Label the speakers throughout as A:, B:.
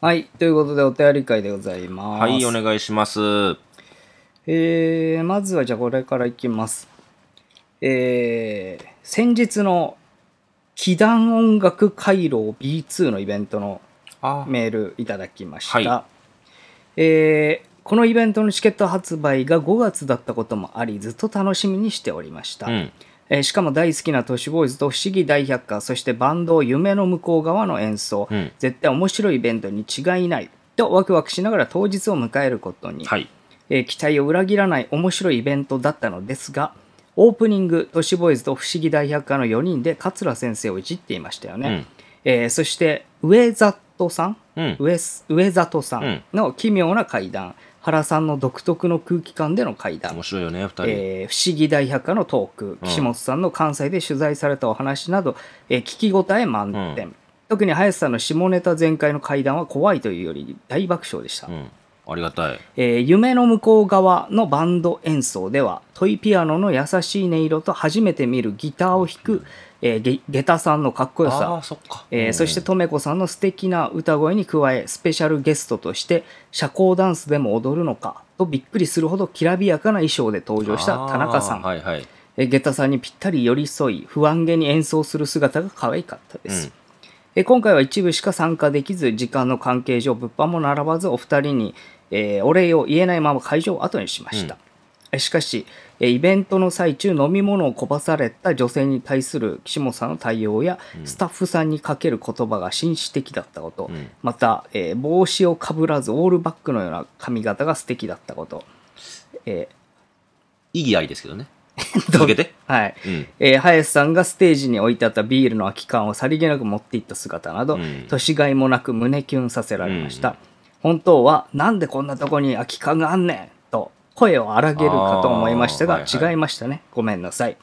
A: はい。ということで、お便り会でございます。
B: はい、お願いします。は
A: えー、まずはじゃあこれからいきます。えー、先日の、祈願音楽回廊 B2 のイベントの
B: あ
A: メールいただきました。
B: は
A: えーこのイベントのチケット発売が5月だったこともあり、ずっと楽しみにしておりました。
B: うん。
A: えーしかも大好きな都市ボーイズと不思議大百科そしてバンド夢の向こう側の演奏、
B: うん
A: 絶対面白いイベントに違いないとワクワクしながら当日を迎えることに、
B: はい。
A: えー期待を裏切らない面白いイベントだったのですがオープニング都市ボーイズと不思議大百科の4人で桂先生をいじっていましたよね、えーそして上里さん
B: うん。うん。
A: 上す上里さんの奇妙な怪談、原さんの独特の空気感での怪談
B: 面白いよね、二人。
A: えー不思議大百科のトーク、
B: うん
A: 岸本さんの関西で取材されたお話など、えー聞き応え満点、特に林さんの下ネタ全開の会談は怖いというより大爆笑でした、
B: うん。ありがたい。
A: えー夢の向こう側のバンド演奏ではトイピアノの優しい音色と初めて見るギターを弾く、えーげ下駄さんのかっこよ
B: あ
A: さ
B: あ、そっか。
A: えー
B: うん
A: そして、とめこさんの素敵な歌声に加えスペシャルゲストとして社交ダンスでも踊るのかとびっくりするほどきらびやかな衣装で登場した田中さん、
B: あーはいはい。
A: えー下駄さんにぴったり寄り添い不安げに演奏する姿が可愛かったです、
B: うん
A: えー今回は一部しか参加できず時間の関係上物販も並ばずお二人に、えーお礼を言えないまま会場を後にしました、えーしかしえーイベントの最中飲み物をこばされた女性に対する岸本さんの対応や、スタッフさんにかける言葉が紳士的だったこと、
B: うん
A: また、えー帽子をかぶらずオールバックのような髪型が素敵だったこと、え
B: 意義ありです けどね。
A: ー
B: 続けて。
A: はい、
B: うん。
A: えー、林さんがステージに置いてあったビールの空き缶をさりげなく持っていった姿など、
B: うん
A: 年がいもなく胸キュンさせられました、本当はなんでこんなとこに空き缶があんねんと声を荒げるかと思いましたが、
B: あーはいはい
A: 違いましたねごめんなさい、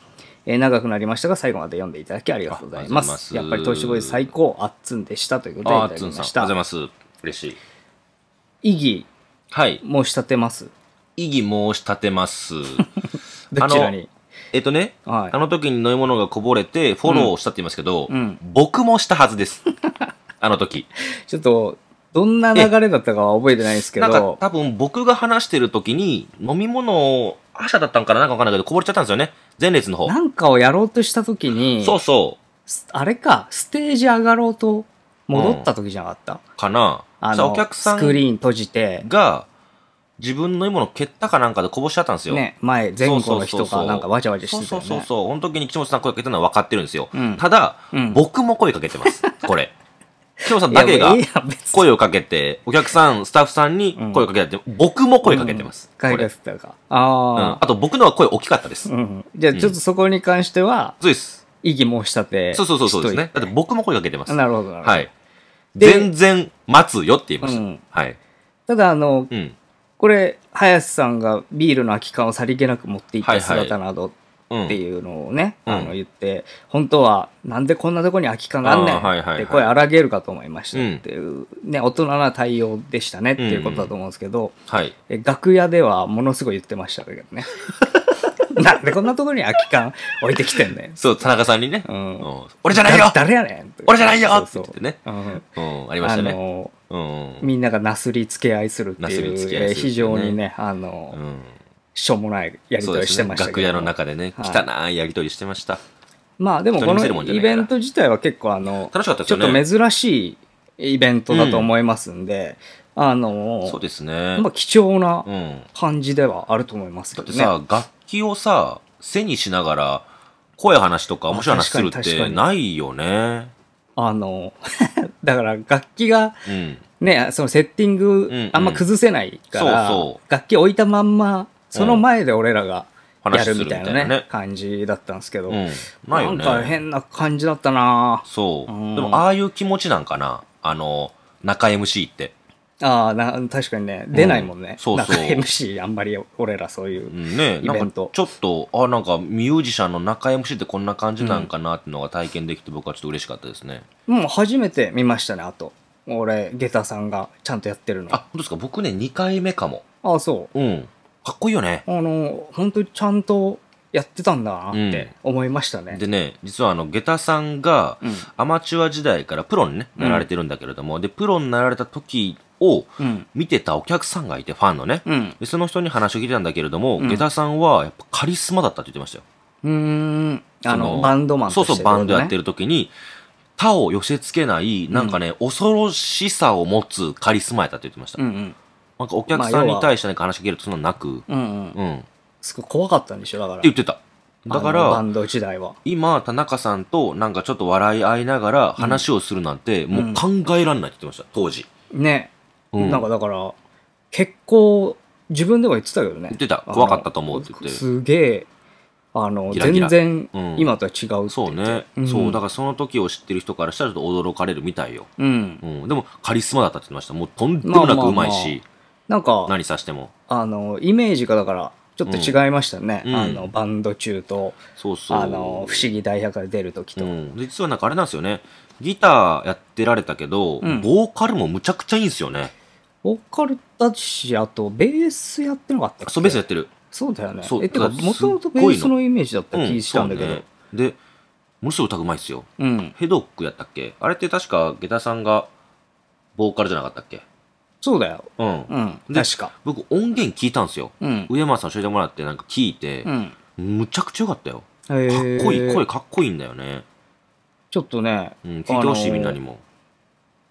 A: えー長くなりましたが最後まで読んでいただきありがとうございます
B: あ
A: や
B: あ
A: っ
B: り
A: ぱ
B: が
A: り
B: とう
A: トシ
B: ございます
A: ボーイズ最高あっつんでしたということでい
B: あ
A: ただ
B: ー、つ
A: き
B: んさ
A: ま
B: ん、
A: し
B: おはようござい
A: た
B: ます。嬉しい。
A: 異議
B: はい。
A: 申し立てます
B: 異議申し立てます。
A: どちらに
B: えっとね、
A: はい
B: あの時に飲み物がこぼれて、フォローしたって言いますけど、
A: うん
B: 僕もしたはずです。あの時。
A: ちょっとどんな流れだったかは覚えてないですけ
B: なんか
A: ど
B: 多分僕が話してる時に飲み物を、覇者だったんかななんかわかんないけど、こぼれちゃったんですよね。前列の方。
A: なんかをやろうとした時に
B: そうそ
A: すあれか、ステージ上がろうと戻った時じゃなかった、
B: う。かな。
A: あ
B: さ
A: の、
B: お客さ
A: スク
B: ん
A: リーン閉じて、
B: が、自分の飲み物を蹴ったかなんかでこぼしちゃったんですよ。
A: ね、前、前後の人
B: そうそうそうそ
A: が
B: う
A: なんかわちゃわちゃしてた
B: そう
A: よ
B: そうそう
A: ね。
B: そう。この時に岸本さん声かけたのは分かってるんですよ。
A: うん
B: ただ、
A: うん
B: 僕も声かけて ます。これ。岸本さん
A: いや
B: だけが
A: いや、別に
B: 声をかけて、お客さん、スタッフさんに声をかけられて、僕も声かけてます。
A: うん
B: これ
A: 帰らせたか。
B: うん
A: あ
B: あと僕のは声大きかったです。
A: あ、うん。じゃあ、ちょっとそこに関しては、
B: そうです。
A: 異議申し立て。
B: そうそうそうそうですね
A: し。と
B: だって僕も声かけてます。
A: いてなるほど、なるほど。
B: はい。
A: で
B: 全然待つよって言いました。
A: うん
B: はい。
A: ただ、あの、
B: うん。
A: これ、林さんがビールの空き缶をさりげなく持っていっ
B: はい
A: た
B: はい
A: 姿など
B: うん。
A: っていうのをね、
B: うん
A: あの言って、本当はなんでこんなとこに空き缶があんねん
B: あーはいはいはい
A: って声荒げるかと思いましたっていう、ね、大人な対応でしたねっていうことだと思うんですけど、
B: はい。
A: え楽屋ではものすごい言ってましたけど ね。なんでこんなとこに空き缶置いてきてんねん。
B: そう、田中さんにね。
A: う
B: うんん俺じゃないよ
A: だ誰やねんって
B: 俺じゃないよ
A: そう
B: って
A: そう。
B: 言ってね
A: うん
B: うん。ありまし
A: あ
B: たね。
A: の
B: うん。うん
A: みんながなすり付け合いするって
B: なす
A: い
B: り
A: う
B: 付け合い
A: え
B: するっていうね
A: 非常にねあの、
B: うん。
A: しょうもないやり
B: そ
A: 取
B: うで
A: りし
B: す
A: て
B: ね
A: ましたけど
B: 楽屋の中でね、
A: はい
B: 汚いやりとりしてました。
A: まあでもこ
B: 人に見せるもん
A: の
B: じ
A: イ
B: ゃないから
A: ベント自体は結構あの、
B: 楽しかったです
A: ちょ
B: よ
A: っ
B: ね。
A: と珍しいイベントだと思いますんで、あの、
B: そうですね。
A: まあ貴重な
B: うん。
A: 感じではあると思いますけ
B: だっ
A: ど
B: て
A: ね。
B: さ、楽器をさ、背にしながら、声話とか面白い話するっ
A: あ確かに確か
B: て
A: に
B: ないよね。
A: あの、 だから楽器が
B: うん。
A: ね、そのセッティン
B: んう
A: グ
B: ん
A: あんま崩せないから、
B: そうそう
A: 楽器置いたまんま、その前で俺らが、や
B: 話す
A: る
B: る
A: み
B: み
A: た
B: た
A: い
B: い
A: な
B: な
A: ね
B: ね
A: 感じだったんですけど、
B: うん。ないよね。
A: なんか変な感じだったな
B: そう。
A: うん
B: でも、ああいう気持ちなんかなあの、中 MC って。
A: ああな確かにね出ないもんね、
B: うんそうそう
A: なんか MC あんまり俺らそういう
B: うんね
A: イ
B: な
A: ベ
B: ん
A: ント
B: かちょっと、あ、なんかミュージシャンの中 MC ってこんな感じなんかなっていうのが体験できて僕はちょっと嬉しかったですね。
A: もう初めて見ましたね、あと。俺、下駄さんがちゃんとやってるの。
B: あ、、本当ですか僕ね、2回目かも。
A: あそう。
B: うん。かっこいいよね。
A: あの、本当にちゃんとやってたんだなって思いましたね。
B: でね、実はあの、下駄さんが、アマチュア時代からプロにね、なられてるんだけれども、で、プロになられた時を
A: うん
B: 見てたお客さんがいて、ファンのね。
A: うん。
B: で、その人に話を聞いてたんだけれども、下駄さんは、やっぱカリスマだったって言ってましたよ。
A: うーん。あ
B: そ
A: の、バンドマン
B: そ
A: と
B: う
A: して
B: そう、バンドやって
A: る。
B: る時に、他を寄せ付けない、なんかね、恐ろしさを持つカリスマやったって言ってました。
A: うんうん。
B: なんかお客さんに対してなんか話しかけるとそんなのなく、
A: うんうん。
B: うん。って
A: すごい怖かったんでしょ、だから。
B: 言ってた。だか
A: あのバ
B: ら、
A: ンド時代は。
B: 今、田中さんとなんかちょっと笑い合いながら話をするなんて、もう考えられないって言ってました、当時。
A: ね。
B: うん
A: なんかだから、結構、自分でも言ってたけどね。
B: 言ってた
A: あの
B: 怖かったと思うって言って
A: すげえ、あの、
B: ギラギラ
A: 全
B: う
A: 然、
B: ん
A: 今とは違うって
B: そうね、
A: ん
B: そう、だからその時を知ってる人からしたらちょっと驚かれるみたいよ。
A: うん。
B: うん。でも、カリスマだったって言ってました。もうとんでもなくうまい
A: まあまあ
B: し、
A: なんか、
B: 何さしても。
A: あの、イメージがだから、ちょっと違いましたね。
B: うん
A: あの、バンド中と、
B: そうそう。
A: あの、不思議大百科で出るときと。
B: うん、で実はなんかあれなんですよね。ギターやってられたけど、
A: うん
B: ボーカルもむちゃくちゃいいんですよね。
A: ボーカルだし、あと、ベースやってなかったっけ
B: そう、ベースやってる。
A: そうだよね
B: そ。う
A: え、てか、
B: だ
A: もともとベースのイメージだった気したんだけ
B: う
A: ど。
B: そうねで、ものすごい歌うまいですよ。
A: うん。
B: ヘドックやったっけあれって確か下駄さんがボーカルじゃなかったっけ
A: そうだよ。
B: うん。
A: うん。
B: で
A: 確か。
B: 僕音源聞いたんですよ。
A: うん。
B: 上山さん教えてもらってなんか聞いて
A: う、ん。
B: むちゃくちゃよかったよ。
A: か
B: かっこいい、声
A: 声。
B: かっこいいんだよね。
A: ちょっとね、
B: うん、聞いてほしい、
A: あのー
B: みんなにも。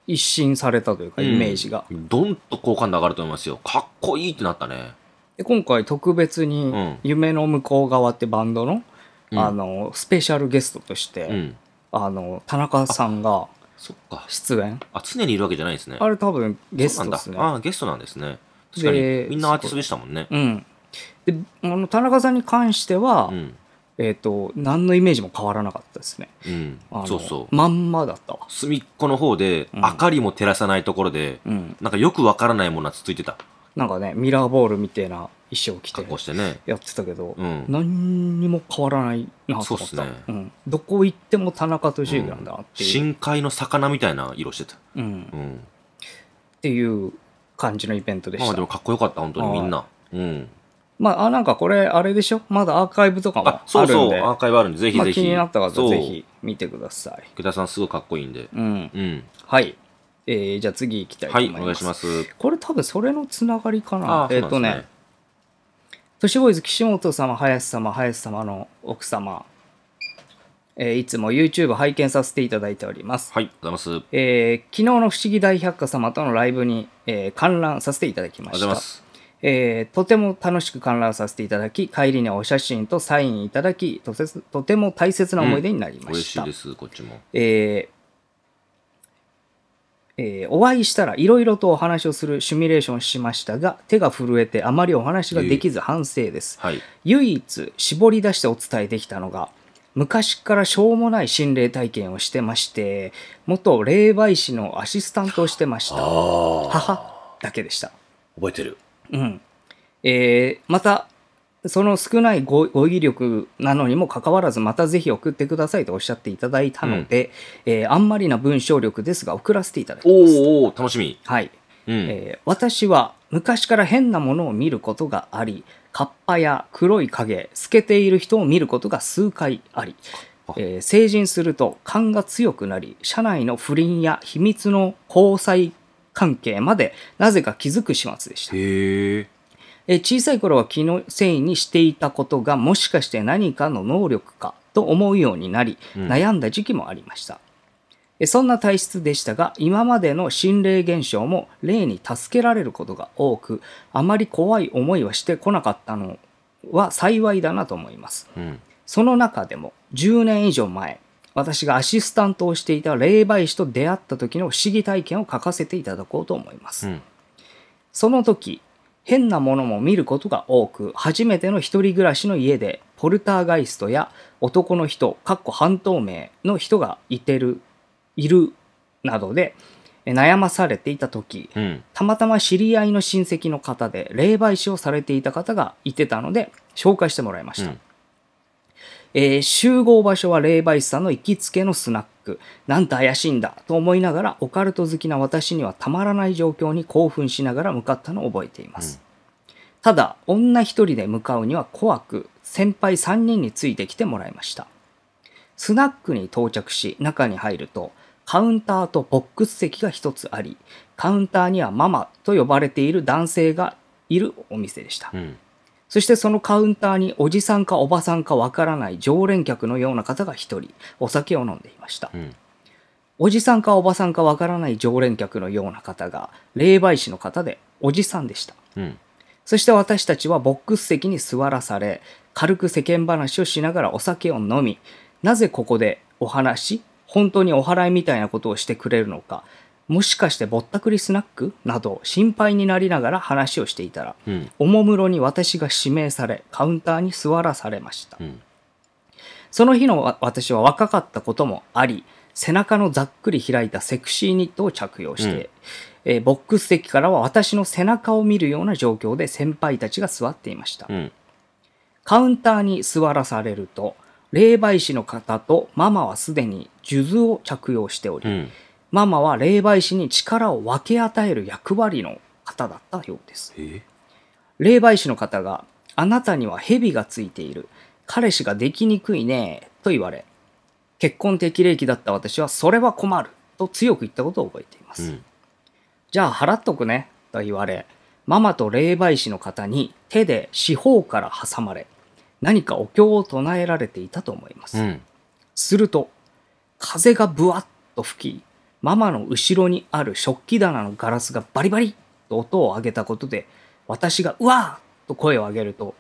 A: 一新されたというか、イメージが。
B: うん。どんと好感度上がると思いますよ。かっこいいってなったね。
A: で今回特別に
B: うん
A: 「夢の向こう側」ってバンドの,、
B: うん
A: あのスペシャルゲストとし
B: う
A: て、
B: ん。
A: あの田中さんが
B: そっか。
A: 出演
B: あ、常にいるわけじゃないんですね。
A: あれ多分ゲス
B: そう
A: トで
B: なん
A: す
B: だ
A: ね。
B: ああ、ゲストなんですね。確かに。
A: で
B: みんなアーティストでしたもんね。
A: うん、であの田中さんに関しては、
B: うん。
A: えー、と何のイメージも変わらなかったですね
B: うん
A: あ。の
B: そうそう。
A: まんまだったわ、
B: 隅っこの方で、
A: うん
B: 明かりも照らさないところで、
A: うん、
B: なんかよくわからないものはつついてた。
A: なんかねミラーボールみたいな衣装着て
B: 格好してね。
A: やってたけど、
B: うん。
A: 何にも変わらないなと
B: そう
A: 思
B: っ
A: っ
B: す
A: た
B: ね
A: うん、どこ行っても田中俊之なんだなっていう、
B: 深海の魚みたいな色してた。
A: うん
B: う
A: っ
B: ん。
A: ていう感じのイベントでし
B: まあ
A: た
B: でもかっこよかった、本当に
A: はい
B: みんな。うん。
A: まあ、あなんかこれ、あれでしょまだアーカイブとかも
B: あ、そ
A: あ
B: う
A: るん
B: そう、
A: で、
B: アーカイブあるんで、ぜひ
A: まあ、
B: ぜひ。
A: 気になった方
B: そう
A: はぜ。ひ見てください。
B: 池田さんすごいかっこいいんで。
A: うん。
B: うん。
A: はい。えーじゃあ次行きたいと
B: は
A: 思
B: い、
A: い
B: お
A: ます。
B: 願いします。
A: これ多分それのつながりかな。
B: ああ、
A: え
B: そ
A: っ、
B: うな
A: と
B: んです
A: ね
B: ね、。
A: トシボーイズ岸本様、林様、林様の奥様、えーいつも YouTube 拝見させていただいております。
B: はい、ありがとうございます。
A: えー昨日の不思議大百科様とのライブに、えー観覧させていただきま
B: ありがと
A: し
B: うございま
A: た。
B: す。
A: えーとても楽しく観覧させていただき帰りにお写真とサインいただきとてつとても大切な思い出になりま
B: 嬉
A: し、
B: したいです、こっちも。
A: えーえーお会いしたらいろいろとお話をするシミュレーションしましたが手が震えてあまりお話ができず反省です、
B: はい。
A: 唯一絞り出してお伝えできたのが昔からしょうもない心霊体験をしてまして元霊媒師のアシスタントをしてました
B: ああ、
A: 母だけでした
B: 覚えてる。
A: うんえーまたその少ない語語彙力なのにもかかわらずまたぜひ送ってくださいとおっしゃっていただいたので、えーあんまりな文章力ですが送らせていただき
B: お
A: ます。
B: ーおー楽しみ。
A: はい
B: うん。
A: えー私は昔から変なものを見ることがありカッパや黒い影透けている人を見ることが数回あり
B: カッ、パ
A: えー成人すると勘が強くなり社内の不倫や秘密の交際関係までなぜか気づく始末でした。
B: へえ。
A: えー小さい頃は気のせいにしていたことがもしかして何かの能力かと思うようになり、
B: うん
A: 悩んだ時期もありましたえーそんな体質でしたが今までの心霊現象も霊に助けられることが多くあまり怖い思いはしてこなかったのは幸いだなと思います
B: うん。
A: その中でも10年以上前私がアシスタントをしていた霊媒師と出会った時の不思議体験を書かせていただこうと思います
B: う、ん。
A: その時、変なものも見ることが多く、初めての一人暮らしの家で、ポルターガイストや男の人、かっこ半透明の人がいてる、いる、などでえ悩まされていた時、
B: うん。
A: たまたま知り合いの親戚の方で霊媒師をされていた方がいてたので、紹介してもらいました。
B: うん
A: えー集合場所は霊媒師さんの行きつけのスナック。なんと怪しいんだと思いながら、オカルト好きな私にはたまらない状況に興奮しながら向かったのを覚えています。ただ女一人で向かうには怖く先輩3人についてきてもらいましたスナックに到着し中に入るとカウンターとボックス席が一つありカウンターにはママと呼ばれている男性がいるお店でした、
B: うん。
A: そしてそのカウンターにおじさんかおばさんかわからない常連客のような方が一人お酒を飲んでいました
B: うん。
A: おじさんかおばさんかわからない常連客のような方が霊媒師の方でおじさんでした
B: うん。
A: そして私たちはボックス席に座らされ、軽く世間話をしながらお酒を飲み、なぜここでお話、本当にお祓いみたいなことをしてくれるのか、もしかしてぼったくりスナックなど心配になりながら話をしていたら、
B: うん。
A: おもむろに私が指名され、カウンターに座らされました
B: う。ん。
A: その日のわ私は若かったこともあり、背中のざっくり開いたセクシーニットを着用して、えーボックス席からは私の背中を見るような状況で先輩たちが座っていました。
B: うん。
A: カウンターに座らされると、霊媒師の方とママはすでに数珠を着用しており、
B: うん。
A: ママは霊媒師に力を分け与える役割の方だったようです。
B: え
A: 霊媒師の方があなたには蛇がついている彼氏ができにくいねと言われ結婚適齢期だった私はそれは困ると強く言ったことを覚えていま
B: う
A: す、
B: ん。
A: じゃあ払っとくねと言われママと霊媒師の方に手で四方から挟まれ何かお経を唱えられていたと思います、
B: うん。
A: すると風がブワッと吹きママの後ろにある食器棚のガラスがバリバリと音を上げたことで私が「うわー!」と声を上げると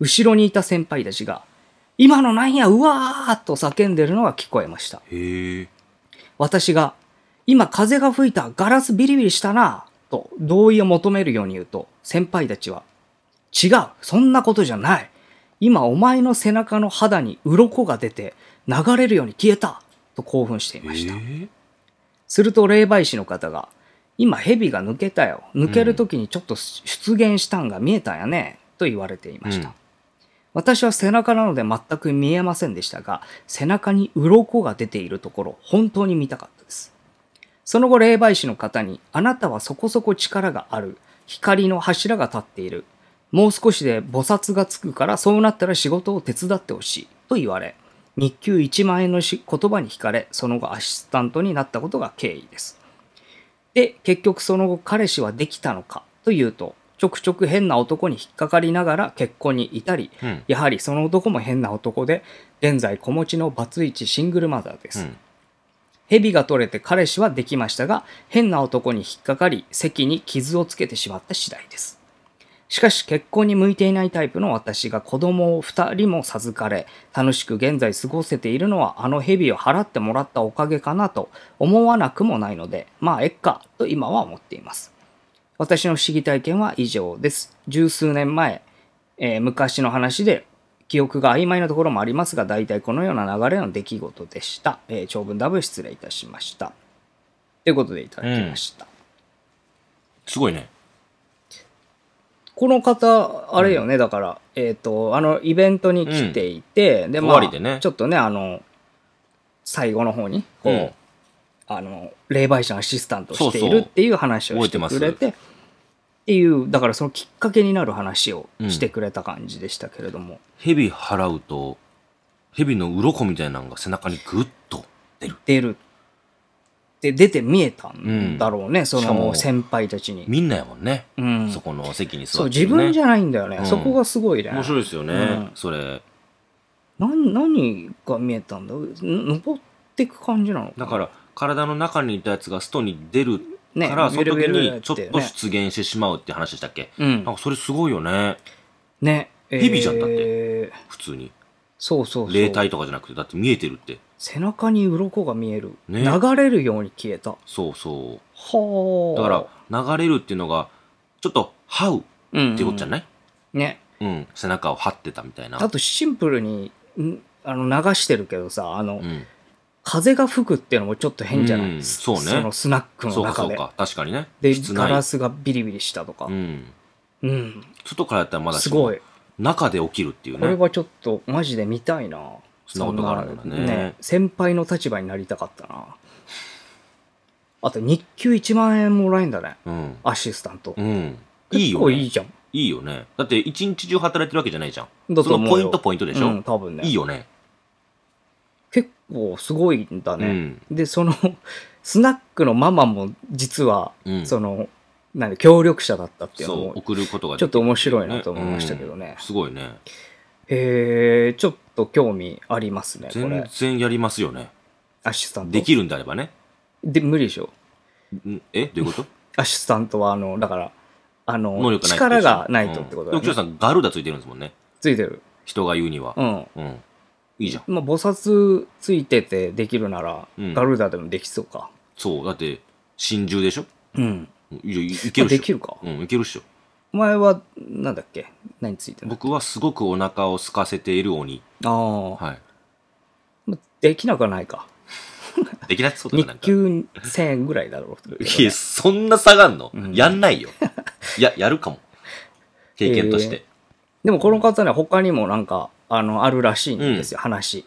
A: 後ろにいた先輩たちが「今のなんやうわー!」と叫んでるのが聞こえました
B: へえ。
A: 私が「今風が吹いたガラスビリビリしたな」と同意を求めるように言うと先輩たちは「違うそんなことじゃない今お前の背中の肌に鱗が出て流れるように消えた」と興奮していました、
B: え
A: すると霊媒師の方が「今蛇が抜けたよ抜ける時にちょっと出現したんが見えたんやね」と言われていました、
B: うん
A: 私は背中なので全く見えませんでしたが背中に鱗が出ているところ本当に見たかったですその後霊媒師の方に「あなたはそこそこ力がある光の柱が立っているもう少しで菩薩がつくからそうなったら仕事を手伝ってほしい」と言われ日給1万円のし言葉に惹かれその後アシスタントになったことが経緯ですで結局その後彼氏はできたのかというとちょくちょく変な男に引っかかりながら結婚に至り
B: うん。
A: やはりその男も変な男で現在子持ちのバツイチシングルマザーです、
B: うん。
A: 蛇が取れて彼氏はできましたが変な男に引っかかり席に傷をつけてしまった次第ですしかし結婚に向いていないタイプの私が子供を2人も授かれ楽しく現在過ごせているのはあの蛇を払ってもらったおかげかなと思わなくもないのでまあえっかと今は思っています私の不思議体験は以上です十数年前、えー昔の話で記憶が曖昧なところもありますが大体このような流れの出来事でした、えー長文ダブ失礼いたしましたということでいただきました、
B: すごいね。
A: この方、あれよね、だから、えっ、と、あの、イベントに来ていて、で、ま
B: 終
A: あ、
B: わりでね
A: ちょっとね、あの、最後の方に、こう、
B: うん
A: あの、霊媒師のアシスタントをして
B: そう
A: い
B: そう
A: るっていう話を
B: 覚
A: し
B: え
A: てて
B: ます
A: くれて、っていう、だからそのきっかけになる話をしてくれた感じでしたけれども、
B: 蛇払うと、蛇の鱗みたいなのが背中にグッと出る。
A: 出る。で、出て見えたんだろうね、そ
B: しか
A: の
B: も
A: 先輩たちに。
B: みんなやもんね。
A: うん
B: そこの席に
A: そ
B: 座
A: う、
B: って
A: 自
B: るね、
A: 分じゃないんだよね。
B: うん
A: そこがすごいね。
B: 面白いですよね、
A: うん
B: それ。
A: なん何が見えたんだん登ってく感じなの
B: だから、体の中にいたやつが外に出るか
A: ね
B: ら、その
A: ビ
B: 時
A: ルビル
B: に
A: って
B: ちょっと出現してしまうって話でしたっけ、
A: うん
B: なんかそれすごいよね。
A: ね
B: 蛇じゃんだって
A: て
B: 普通に。
A: そうそうそう
B: 霊体とかじゃなくて、だって見えてるって。
A: 背中に鱗が見える、
B: ね
A: 流れるように消えたは
B: そうそう。
A: あ
B: だから、流れるっていうのが、ちょっと、這う
A: ら
B: ってことじゃない、
A: ね
B: うん、背中を這ってたみたいな。
A: あとシンプルにんあの流してるけどさあの、
B: うん。
A: 風が吹くっていうのもちょっと変じゃない、
B: うんそうね
A: のスナック
B: そ
A: の
B: う
A: 中
B: か、そう
A: で
B: か。確かにね。
A: で
B: 室
A: ガ
B: 内
A: ラスがビリビリしたとか
B: うん。
A: うん、
B: 外からやったらまだし
A: す
B: も
A: ごい
B: 中で起きるっていう
A: これ
B: ね。
A: はちょっとマジで見たいな
B: そんなことがあるんだね
A: そんな先輩の立場になりたかったなあと日給1万円もらえんだね
B: うん。
A: アシスタント
B: うん。い
A: 結
B: いよ、
A: 構
B: ね。
A: いいじゃん
B: いいよね。だって一日中働いてるわけじゃないじゃん。
A: だと
B: そ
A: 思う
B: の
A: よ
B: ポイントポイントでしょ。
A: うん多分ね
B: いいよね。
A: 結構すごいんだ
B: う
A: ね、
B: ん
A: でその スナックのママも実は、
B: うん
A: そのなんで協力者だったっていうの
B: そう、
A: も
B: 送ることが
A: ちょっ
B: でき
A: と
B: る
A: 面白いなと思いましたけど
B: う
A: ね
B: ん、すごいね。
A: へえちょっと興味ありますねこ
B: 全
A: れ
B: 然やりますよね。
A: アシスタント
B: できるんであればね。
A: で無理でしょ
B: んえどういうこと
A: アシスタントはあのだからあ
B: 能
A: の
B: 力ない
A: 力がないとってことだ
B: だ
A: よ
B: ね。で
A: ね
B: も、清さん、ガルダついてるんですもんね。
A: ついてる
B: 人が言うには
A: う。ん
B: うん。いいじゃん。
A: まあ菩薩ついててできるなら、
B: うん
A: ガルダでもできそうか
B: そう、だって、真珠でしょ
A: うん
B: いやいいけるっしょ。
A: できるか
B: うん、いけるっしょ。
A: お前はなんだっけ何ついてるの
B: 僕はすごくお腹を空かせている鬼。
A: ああ、
B: はい。
A: まあできなくはないか
B: できなそうだ
A: 日
B: な、なんか。
A: 給1000円ぐらいだろうけどね、
B: いや、そんな下がんの、
A: うん
B: やんないよ。や、やるかも。経験として。
A: でもこの方ね他にもなんかあのあるらしいんですよ、話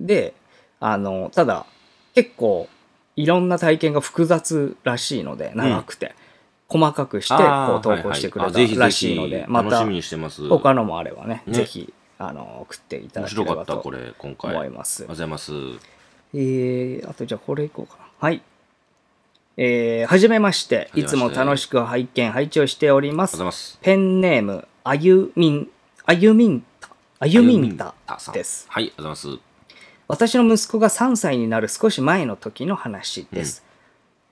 A: であのただ結構いろんな体験が複雑らしいので長くて、細かくしてこ
B: あ
A: う
B: ーは
A: 投
B: い
A: 稿してく
B: は
A: れ
B: いあぜひ
A: たらしいので、
B: ぜひ
A: ま
B: 楽
A: た
B: しみにしてます。
A: 他のもあればね
B: ね
A: ぜひあの送っていただ
B: 面
A: けれ
B: 白か
A: ば
B: った、
A: と
B: これ、今回。あ
A: 思い
B: りがと
A: ます
B: うございます。
A: えー、あとじゃあこれいこうかな。はい。えー、はじめまして。
B: じめ
A: い
B: ま
A: つ
B: して
A: も楽しく拝見、拝聴しておりま
B: ありがとうご
A: す
B: ざい。ます。
A: ペンネーム、あゆみん、あゆみんた、あゆみんた
B: さん
A: です。
B: はい、ありがとうございま
A: 私の息子が3歳になる少し前の時の話です、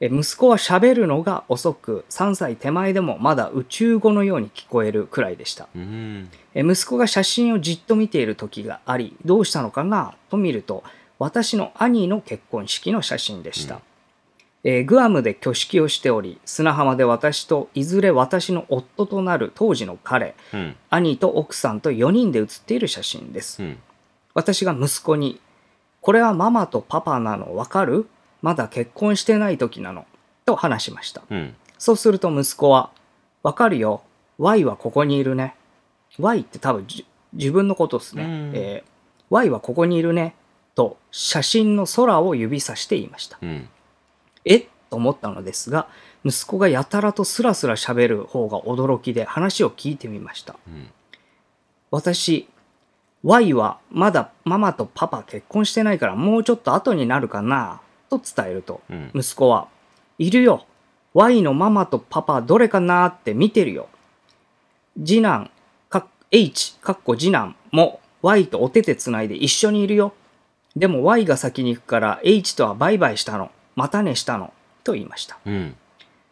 A: え息子は喋るのが遅く3歳手前でもまだ宇宙語のように聞こえるくらいでした
B: す。うん。
A: え息子が写真をじっと見ている時がありどうしたのかなと見ると私の兄の結婚式の写真でした、
B: うん
A: えーグアムで挙式をしており砂浜で私といずれ私の夫となる当時の彼
B: うん。
A: 兄と奥さんと4人で写っている写真です
B: うん。
A: 私が息子に「これはママとパパなのわかるまだ結婚してない時なの」と話しました
B: うん。
A: そうすると息子は「わかるよ Y はここにいるね」Y って多分じ自分のことですね、
B: うん
A: えー Y はここにいるね」と写真の空を指さして言いました
B: うん。
A: えっと思ったのですが息子がやたらとスラスラ喋る方が驚きで話を聞いてみました
B: うん。
A: 私 Y はまだママとパパ結婚してないからもうちょっと後になるかなと伝えると
B: うん。
A: 息子は「いるよ Y のママとパパどれかなって見てるよ」次男かっ H かっこ次男も Y とお手手つないで一緒にいるよでも Y が先に行くから H とはバイバイしたのまたねしたのと言いました
B: うん。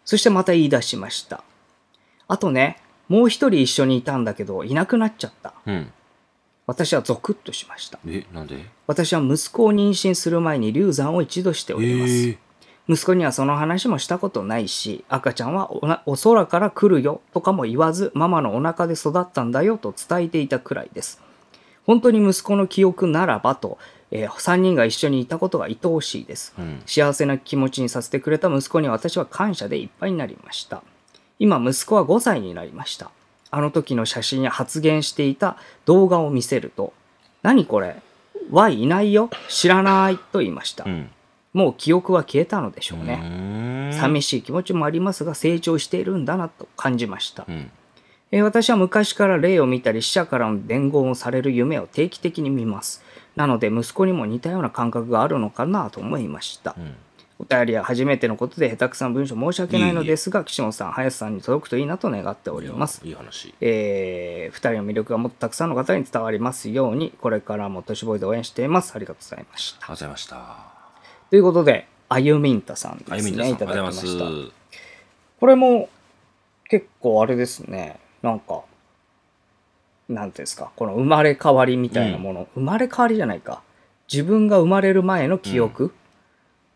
A: そしてまた言い出しましたあとねもう一人一緒にいたんだけどいなくなっちゃった
B: うん。
A: 私はゾクッとしました
B: え、なんで
A: 私は息子を妊娠する前に流産を一度して
B: え
A: おります、
B: ー
A: 息子にはその話もしたことないし赤ちゃんはおなお空から来るよとかも言わずママのお腹で育ったんだよと伝えていたくらいです本当に息子の記憶ならばと、え3人が一緒にいたことが愛おしいです
B: うん。
A: 幸せな気持ちにさせてくれた息子に私は感謝でいっぱいになりました今息子は5歳になりましたあの時の写真や発言していた動画を見せると「何これ ?Y いないよ知らない」と言いました、
B: うん。
A: もう記憶は消えたのでしょうね、
B: ね
A: 寂しい気持ちもありますが成長しているんだなと感じました、
B: うん。
A: えー私は昔から霊を見たり死者からの伝言をされる夢を定期的に見ますなので息子にも似たような感覚があるのかなと思いました、
B: うん。
A: お便りは初めてのことで下手くさな文章申し訳ないのですが、岸本さん、林さんに届くといいなと願っております。
B: いやいい話。
A: えー、2人の魅力がもっとたくさんの方に伝わりますように、これからも都市ボーイズ応援しています。ありがとうございまし
B: ありが
A: た。
B: とうございました。
A: ということで、あゆみんたさんで
B: あゆ
A: す
B: みん
A: ね。い
B: さ
A: た
B: ん、あり
A: だきま
B: がとうご
A: し
B: ざ
A: た
B: い。ます。
A: これも結構あれですね、なんか、なんていうんですか、この生まれ変わりみたいなもの、生まれ変わりじゃないか、自分が生まれる前の記憶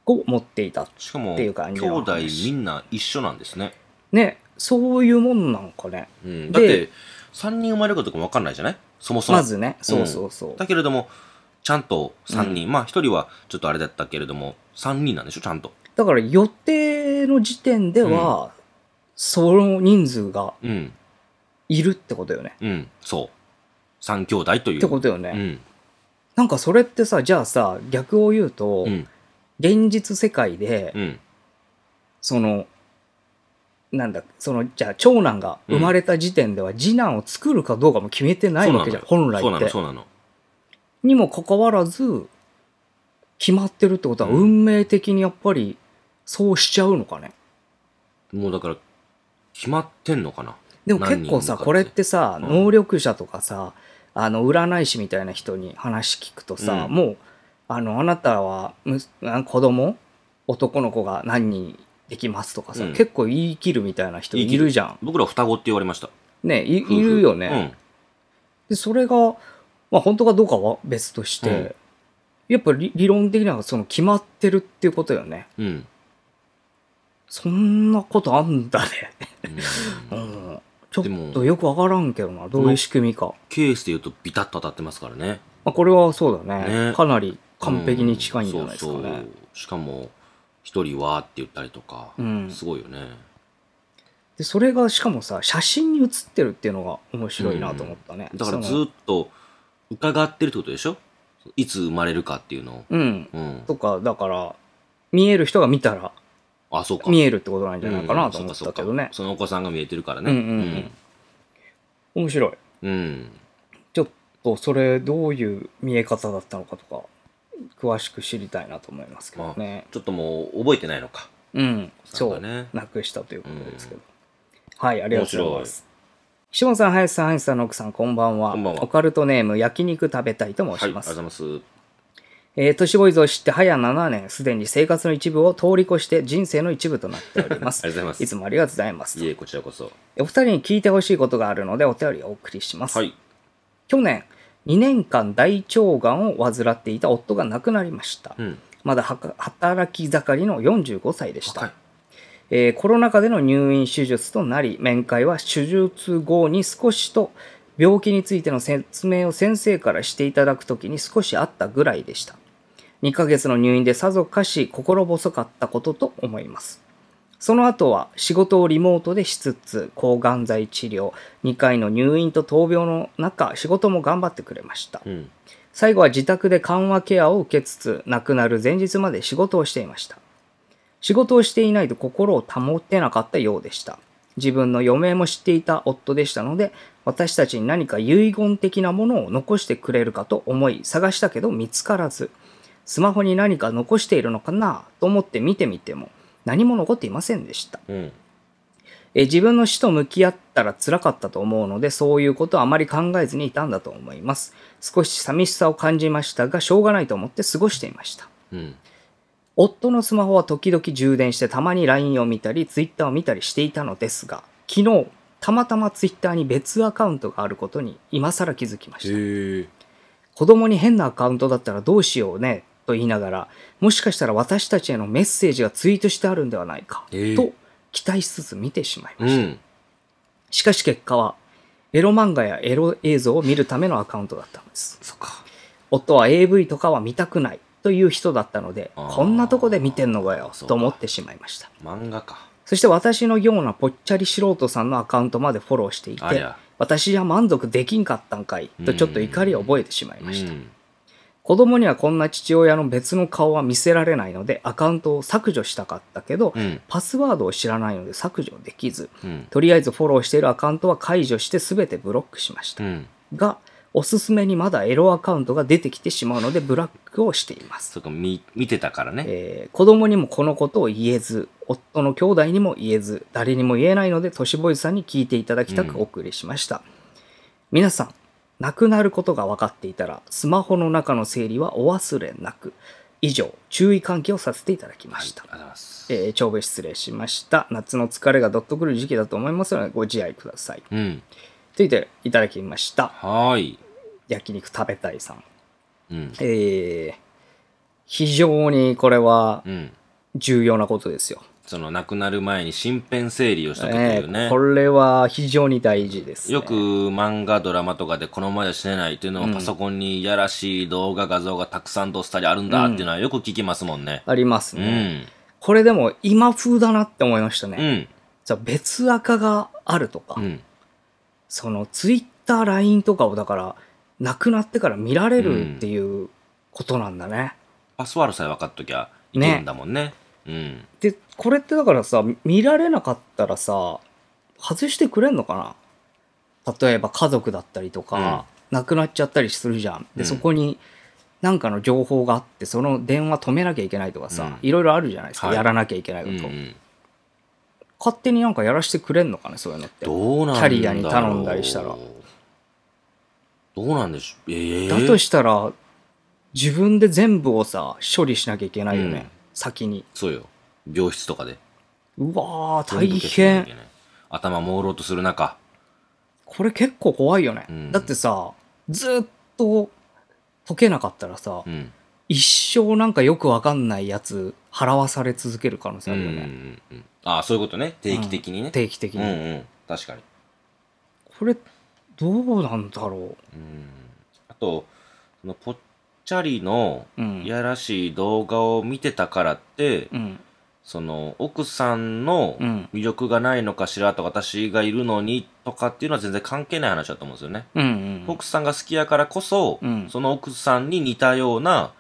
A: を持っていた
B: しかも、
A: ってい
B: 兄
A: う感じの
B: 弟
A: 話
B: みんな一緒なんですね。
A: ね、そういうもんなんかね。
B: う
A: で
B: ん、だって、3人生まれるかとかも分かんないじゃないそもそも。
A: まずね、そうそうそう。
B: だけれども、ちゃんと3人、まあ1人はちょっとあれだったけれども、3人なんでしょ、ちゃんと。
A: だから予定の時点では、その人数が
B: うん、
A: いるってことよね。
B: うん、そう。3兄弟という。
A: ってことよね。
B: うん、
A: なんかそれってさ、じゃあさ、逆を言うと、
B: うん、
A: 現実世界で、
B: うん、
A: その、なんだ、その、じゃあ、長男が生まれた時点では、次男を作るかどうかも決めてないわけじゃん、
B: そう
A: 本
B: なの
A: 来
B: そうな
A: っ
B: の
A: て
B: そ。うなの
A: にもかかわらず、決まってるってことは、
B: うん
A: 運命的にやっぱり、そうしちゃうのかね。
B: もうだから決まってんのかな
A: でも結構
B: 何人いるか
A: さ、
B: って
A: これってさ、
B: うん
A: 能力者とかさ、あの、占い師みたいな人に話聞くとさ、
B: うん
A: もう、あの、あなたは、むあ子供男の子が何人できますとかさ、
B: うん
A: 結構言い切るみたいな人いるじゃん。
B: 僕ら双子って言われました
A: ね、い
B: 夫婦
A: いるよね。でそれが、まあ、本当かどうかは別として、
B: うん
A: やっぱり理論的にはその決まってるっていうことよね
B: うんうん
A: そんなことあんだね、
B: う
A: うんん、 ちょ
B: でも
A: っとよくわからんけどなどういう仕組みか、
B: ケースで言うとビタッと当たってますからね
A: まあ、これはそうだね
B: ね
A: かなり完璧に近いんじゃないですかね、
B: うんそうそうしかも一人はって言ったりとか、
A: うん
B: すごいよね
A: でそれがしかもさ写真に写ってるっていうのが面白いなと思ったね、
B: だから
A: そ
B: ず
A: の
B: っと伺ってるってことでしょいつ生まれるかっていうのを、
A: うん
B: うん、
A: とかだから見える人が見たら
B: あそうか
A: 見
B: え
A: えるってことなんじゃないかなと思ったけどね、
B: そのお子さんが見えてるからね
A: うん面白い
B: うん、うん
A: ちょっとそれどういう見え方だったのかとか詳しく知りたいなと思いますけどね。
B: ちょっともう覚えてないのか
A: うん、そ
B: なんかね
A: う、なくしたということですけど。はい、ありがとうございます。岸本さん、林さん、林さんの奥さん、こんばんは。
B: こんばんは
A: オカルトネーム、焼肉食べたいと申
B: はいあり
A: し
B: が
A: ま
B: とう
A: す。
B: ございます
A: えー、都市ボーイズを知って早7年、すでに生活の一部を通り越して人生の一部となっております
B: あり。がとうございます
A: いつもありがとうございます。
B: いえこちらこそ
A: お二人に聞いてほしいことがあるので、お便りをお送りします。
B: はい
A: 去年、2年間大腸がんを患っていた夫が亡くなりました。
B: うん
A: まだはか働き盛りの45歳でした、
B: はい
A: えーコロナ禍での入院手術となり面会は手術後に少しと病気についての説明を先生からしていただくときに少しあったぐらいでした2ヶ月の入院でさぞかし心細かったことと思いますその後は仕事をリモートでしつつ抗がん剤治療2回の入院と闘病の中仕事も頑張ってくれました
B: うん
A: 最後は自宅で緩和ケアを受けつつ亡くなる前日まで仕事をしていました仕事をしていないと心を保てなかったようでした自分の余命も知っていた夫でしたので私たちに何か遺言的なものを残してくれるかと思い探したけど見つからずスマホに何か残しているのかなと思って見てみても何も残っていませんでした
B: うん
A: えー自分の死と向き合ったら辛かったと思うので、そういうことはあまり考えずにいたんだと思います。少し寂しさを感じましたが、しょうがないと思って過ごしていました。
B: うん
A: 夫のスマホは時々充電して、たまに LINE を見たり、Twitter を見たりしていたのですが、昨日、たまたま Twitter に別アカウントがあることに今更気づきました。
B: へえ
A: 子供に変なアカウントだったらどうしようねと言いながらもしかしたら私たちへのメッセージがツイートしてあるんではないか、
B: ええ
A: と期待しつつ見てしまいま
B: う
A: した、
B: ん
A: しかし結果は、エロ漫画やエロ映像を見るためのアカウントだったのです。
B: そっか
A: 夫は AV とかは見たくないという人だったので、
B: あー
A: こんなとこで見てんのかよ
B: そうか
A: と思ってしまいました。
B: 漫画か
A: そして私のようなぽっちゃり素人さんのアカウントまでフォローしてい
B: あり
A: て
B: ゃ、
A: 私じゃ満足できんかったんかいとちょっと怒りを覚えてしまいうました。
B: ん
A: 子供にはこんな父親の別の顔は見せられないので、アカウントを削除したかったけど、
B: うん
A: パスワードを知らないので削除できず、
B: うん
A: とりあえずフォローしているアカウントは解除して全てブロックしました
B: う。ん
A: が、おすすめにまだエロアカウントが出てきてしまうのでブラックをしています。
B: そっか見見てたからね
A: えー子供にもこのことを言えず、夫の兄弟にも言えず、誰にも言えないので、都市ボーイズさんに聞いていただきた
B: うん
A: くお送りしました。皆さん、亡くなることが分かっていたら、スマホの中の整理はお忘れなく。以上、注意喚起をさせていただきま
B: はいあり
A: した
B: がとう。ございます
A: えー長文失礼しました。夏の疲れがどっとくる時期だと思いますので、ご自愛ください。
B: うん
A: と言っていただきました。
B: はーい
A: 焼肉食べたいさん。
B: うん
A: えー非常にこれは
B: うん
A: 重要なことですよ。
B: その亡くなる前に身辺整理をしとくと
A: え
B: い
A: ー
B: うね
A: これは非常に大事です、ね。
B: よく漫画、ドラマとかでこのままじゃ死ねないっていうのはパソコンにいやらしい動画、画像がたくさんどっさりあるんだっていうのはよく聞きますもんね。
A: あります
B: う
A: ね、
B: ん。
A: これでも今風だなって思いましたね。
B: うん。
A: じゃあ別赤があるとか、
B: うん。
A: そのツイッター、LINE とかをだから、なくなってから見られるっていうことなんだね。
B: パスワードさえ分かっときゃいけるんだもんね。うん。
A: でこれってだからさ見られなかったらさ外してくれんのかな例えば家族だったりとか、亡くなっちゃったりするじゃんで、
B: うん
A: そこに何かの情報があってその電話止めなきゃいけないとかさ、
B: うん
A: いろいろあるじゃないですか、
B: はい
A: やらなきゃいけない
B: うん
A: こ
B: う
A: と、
B: ん、
A: 勝手になんかやらしてくれんのかねそういうのって
B: どうなんだろう
A: キャリアに頼んだりしたら
B: どうなんでしょうえー、
A: だとしたら自分で全部をさ処理しなきゃいけないよね、
B: うん
A: 先に
B: そうよ。病室とかで。
A: うわー大
B: 全部消さなきゃ
A: 変
B: いけない。頭朦朧とする中。
A: これ結構怖いよね、
B: うん
A: だってさずーっと解けなかったらさ、
B: うん。
A: 一生なんかよくわかんないやつ払わされ続ける可能性
B: うん
A: あ
B: う
A: る
B: ん
A: よね、
B: うんうん。ああ、そういうことね。定期的にね。
A: 定期的
B: う
A: に、
B: んうん。確かに。
A: これどうなんだろ
B: うん。あと、そのぽっちゃりの
A: ううん
B: いやらしい動画を見てたからって、
A: うん
B: その奥さんの
A: うん
B: 魅力がないのかしらとか、私がいるのにとかっていうのは全然関係ない話だと思うんですよね。
A: うんうん
B: 奥さんが好きやからこそ、
A: うん
B: その奥さんに似たような、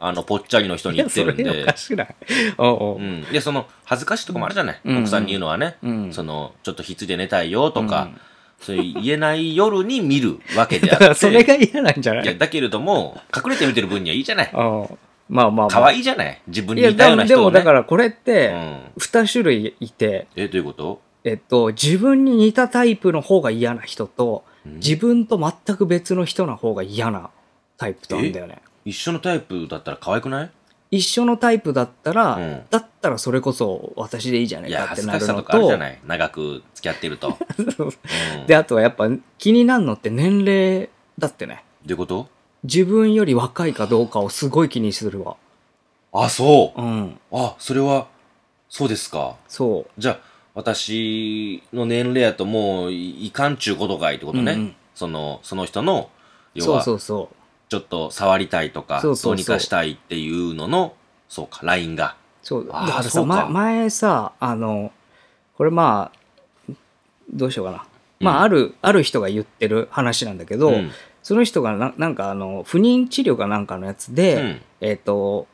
B: あの、ぽっちゃりの人に
A: い
B: 言
A: や
B: って
A: それ
B: るん
A: お
B: で
A: か。しくないおうおう
B: うん。で、その、恥ずかしいとこもあるじゃない。
A: うん
B: 奥さんに言うのはね、
A: うん
B: その、ちょっとひっついて寝たいよとか、
A: うん
B: そういう言えない夜に見るわけで
A: だ
B: あって。
A: からそれが嫌なんじゃない
B: いや、だけれども、隠れて見てる分にはいいじゃ ない。
A: ああまあまあ
B: 可
A: まあ
B: 愛いじゃない。自分
A: い
B: に似たような
A: で
B: 人を、
A: も
B: ね。
A: だからこれっ
B: う
A: て
B: ん。
A: 2種類いて、
B: え、どういうこと
A: えっと、自分に似たタイプの方が嫌な人と
B: うん
A: 自分と全く別の人の方が嫌なタイプとあるんだよね
B: 一緒のタイプだったら可愛くない
A: 一緒のタイプだったら、
B: うん
A: だったらそれこそ私でいいじゃないい
B: や、
A: かって
B: 恥ず
A: な
B: かし
A: る
B: さ
A: の
B: とかある
A: と
B: じゃない。長く付き合ってると。う ん
A: であとはやっぱ気になるのって年齢だってね
B: どういうこと
A: 自分より若いかどうかをすごい気にするわ
B: あ、そう。
A: うん
B: あ、それは、そうですか。
A: そ
B: じゃあ、私の年齢やともうい、いかんちゅうことかいってことね。
A: うんうん
B: その、その人の、
A: う
B: 要
A: そう
B: は、
A: そうそ
B: ちょっと触りたいとか、
A: そうそうそう
B: どうにかしたいっていうのの、そうか、ラインが。
A: うそうだ
B: あ
A: か
B: ー
A: らさ
B: そうか
A: ま前さあのこれまあどうしようかなまあ、
B: うん
A: あるある人が言ってる話なんだけど、
B: ん
A: その人がななんかあの不妊治療かなんかのやつで、
B: うん
A: えっ、と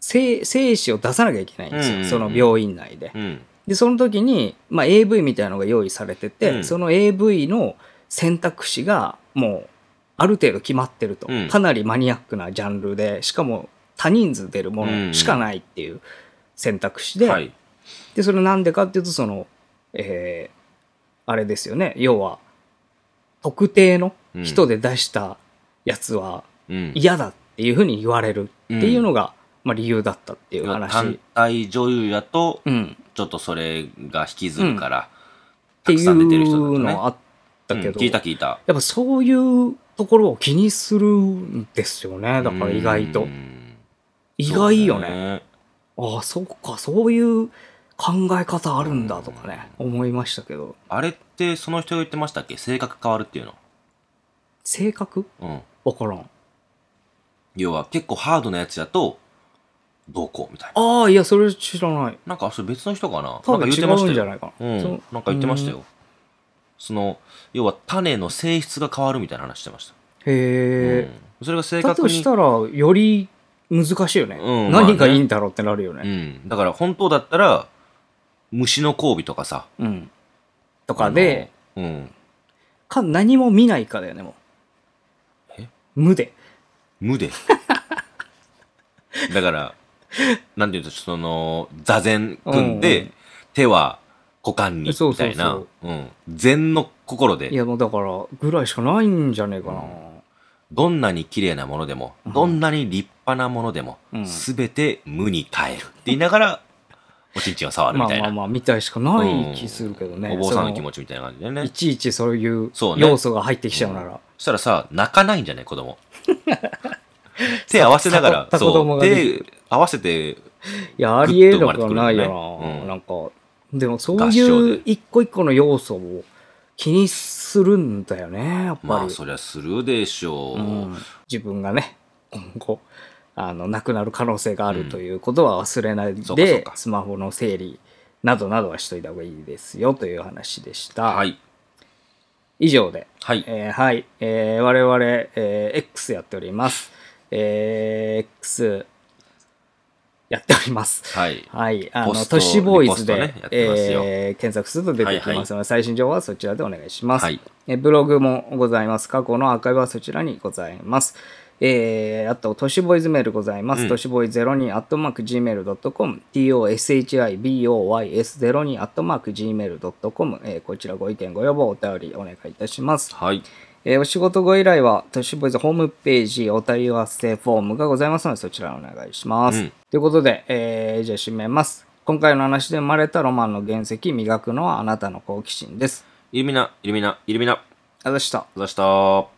A: 精精子を出さなきゃいけないんですよ、
B: うんうんうん
A: その病院内で。
B: うん。
A: でその時に、まあ、AV みたいなのが用意されてて、
B: うん
A: その AV の選択肢がもうある程度決まってると、
B: うん
A: かなりマニアックなジャンルでしかも多人数出るものしかないっていう選択肢で、
B: はい。
A: でそれなんでかっていうとその、えーあれですよね要は特定の人で出したやつは
B: うん。
A: 嫌だっていうふうに言われるっていうのが、まあ、理由だったっていう
B: 単
A: 話、
B: 体女優やと、
A: うん、
B: ちょっとそれが引きずるから、
A: って
B: たく
A: い
B: さん出てる人だ
A: う
B: とね。
A: のあったけど、
B: うん聞いた聞いた。
A: やっぱそういうところを気にするんですよねだから意外
B: う
A: と
B: ん
A: 意外よね
B: そうだ
A: ああそうかそういう考え方あるんだとかね思いましたけど
B: あれってその人が言ってましたっけ性格変わるっていうの。
A: 性格
B: うん。
A: わからん
B: 要は結構ハードなやつやと、どうこうみたいな。
A: ああいやそれ知らない
B: なんかそれ別の人かな
A: 多
B: な
A: 分
B: んか
A: 違
B: 言ってま
A: うん
B: し
A: じ
B: た
A: ゃ
B: よ。
A: ないか
B: うん。
A: なそ
B: なんか言ってましたよ。その、要は種の性質が変わるみたいな話してました。
A: へえ、
B: うんそれが正
A: だ
B: 確
A: と
B: に。
A: したらより難しいよね、
B: うんまあね
A: 何がいいんだろうってなるよ
B: う
A: ね、
B: ん。だから本当だったら、虫の交尾とかさ。
A: うんとかで
B: あの。うん。
A: か何も見ないかだよねもう
B: え
A: 無で
B: 無で。 だから、なんていうと、その、座禅組ん
A: うん
B: で、手は股間に、
A: そう
B: み
A: そ
B: た
A: う
B: い
A: そ
B: な
A: う。
B: うん禅の心
A: い
B: で、
A: やもうだからぐらいしかないんじゃねえかな、
B: どんなに綺麗なものでも
A: うん、
B: どんなに立派なものでも
A: うん、
B: すべて無に変える。って言いながら、 おちんちんを触る
A: まあ
B: みたい
A: まあ
B: な。
A: まあみたいしかない気するけどね、
B: お坊さんの気
A: そ
B: 持ちみたいな感じで
A: の
B: ね
A: い。ちいちそういう
B: そうね
A: 要素が入ってきちゃうなら
B: そしたらさ、泣かないんじゃない 子供。手合わせなが
A: 悟
B: ら
A: っ、た子
B: そ
A: 供
B: う、
A: がね
B: 手合わせて、
A: いやありえなくは
B: グッと生
A: な
B: まれ
A: い
B: てくるよね
A: よな、
B: うん
A: なんかでもそう
B: 合唱
A: いう
B: で
A: 一個一個の要素を気にするんだよねやっぱり、
B: まあそりゃするでしょ
A: う
B: う。
A: ん自分がね今後あの亡くなる可能性があるということは忘れないで、
B: そうかそうか
A: スマホの整理などなどはしといた方がいいですよという話でした、
B: はい。
A: 以上で
B: はい。
A: えーはい、えー我々、えー X やっております。えー X、やっております。
B: はい。
A: はい、あの
B: ポスト
A: 都市ボーイズで、
B: リポストねやってますよ
A: えー検索すると出てきますので、最新情報はそちらでお願いします、
B: はい
A: えーブログもございます。過去のアーカイブはそちらにございます。えーあと、都市ボーイズメールございます。
B: うん
A: 都市ボーイズ02アットマーク Gmail.com、toshiboys02 アットマーク Gmail.com、えーこちらご意見、ご要望、お便りお願いいたします。
B: はい。
A: えーお仕事ご依頼は、都市ボーイズホームページ、お問い合わせフォームがございますので、そちらお願いします。
B: うん
A: ということで、えーじゃあ締めます。今回の話で生まれたロマンの原石、磨くのはあなたの好奇心です。
B: イルミナ、イルミナ、イルミナ。
A: ありがとうございました。
B: 出した。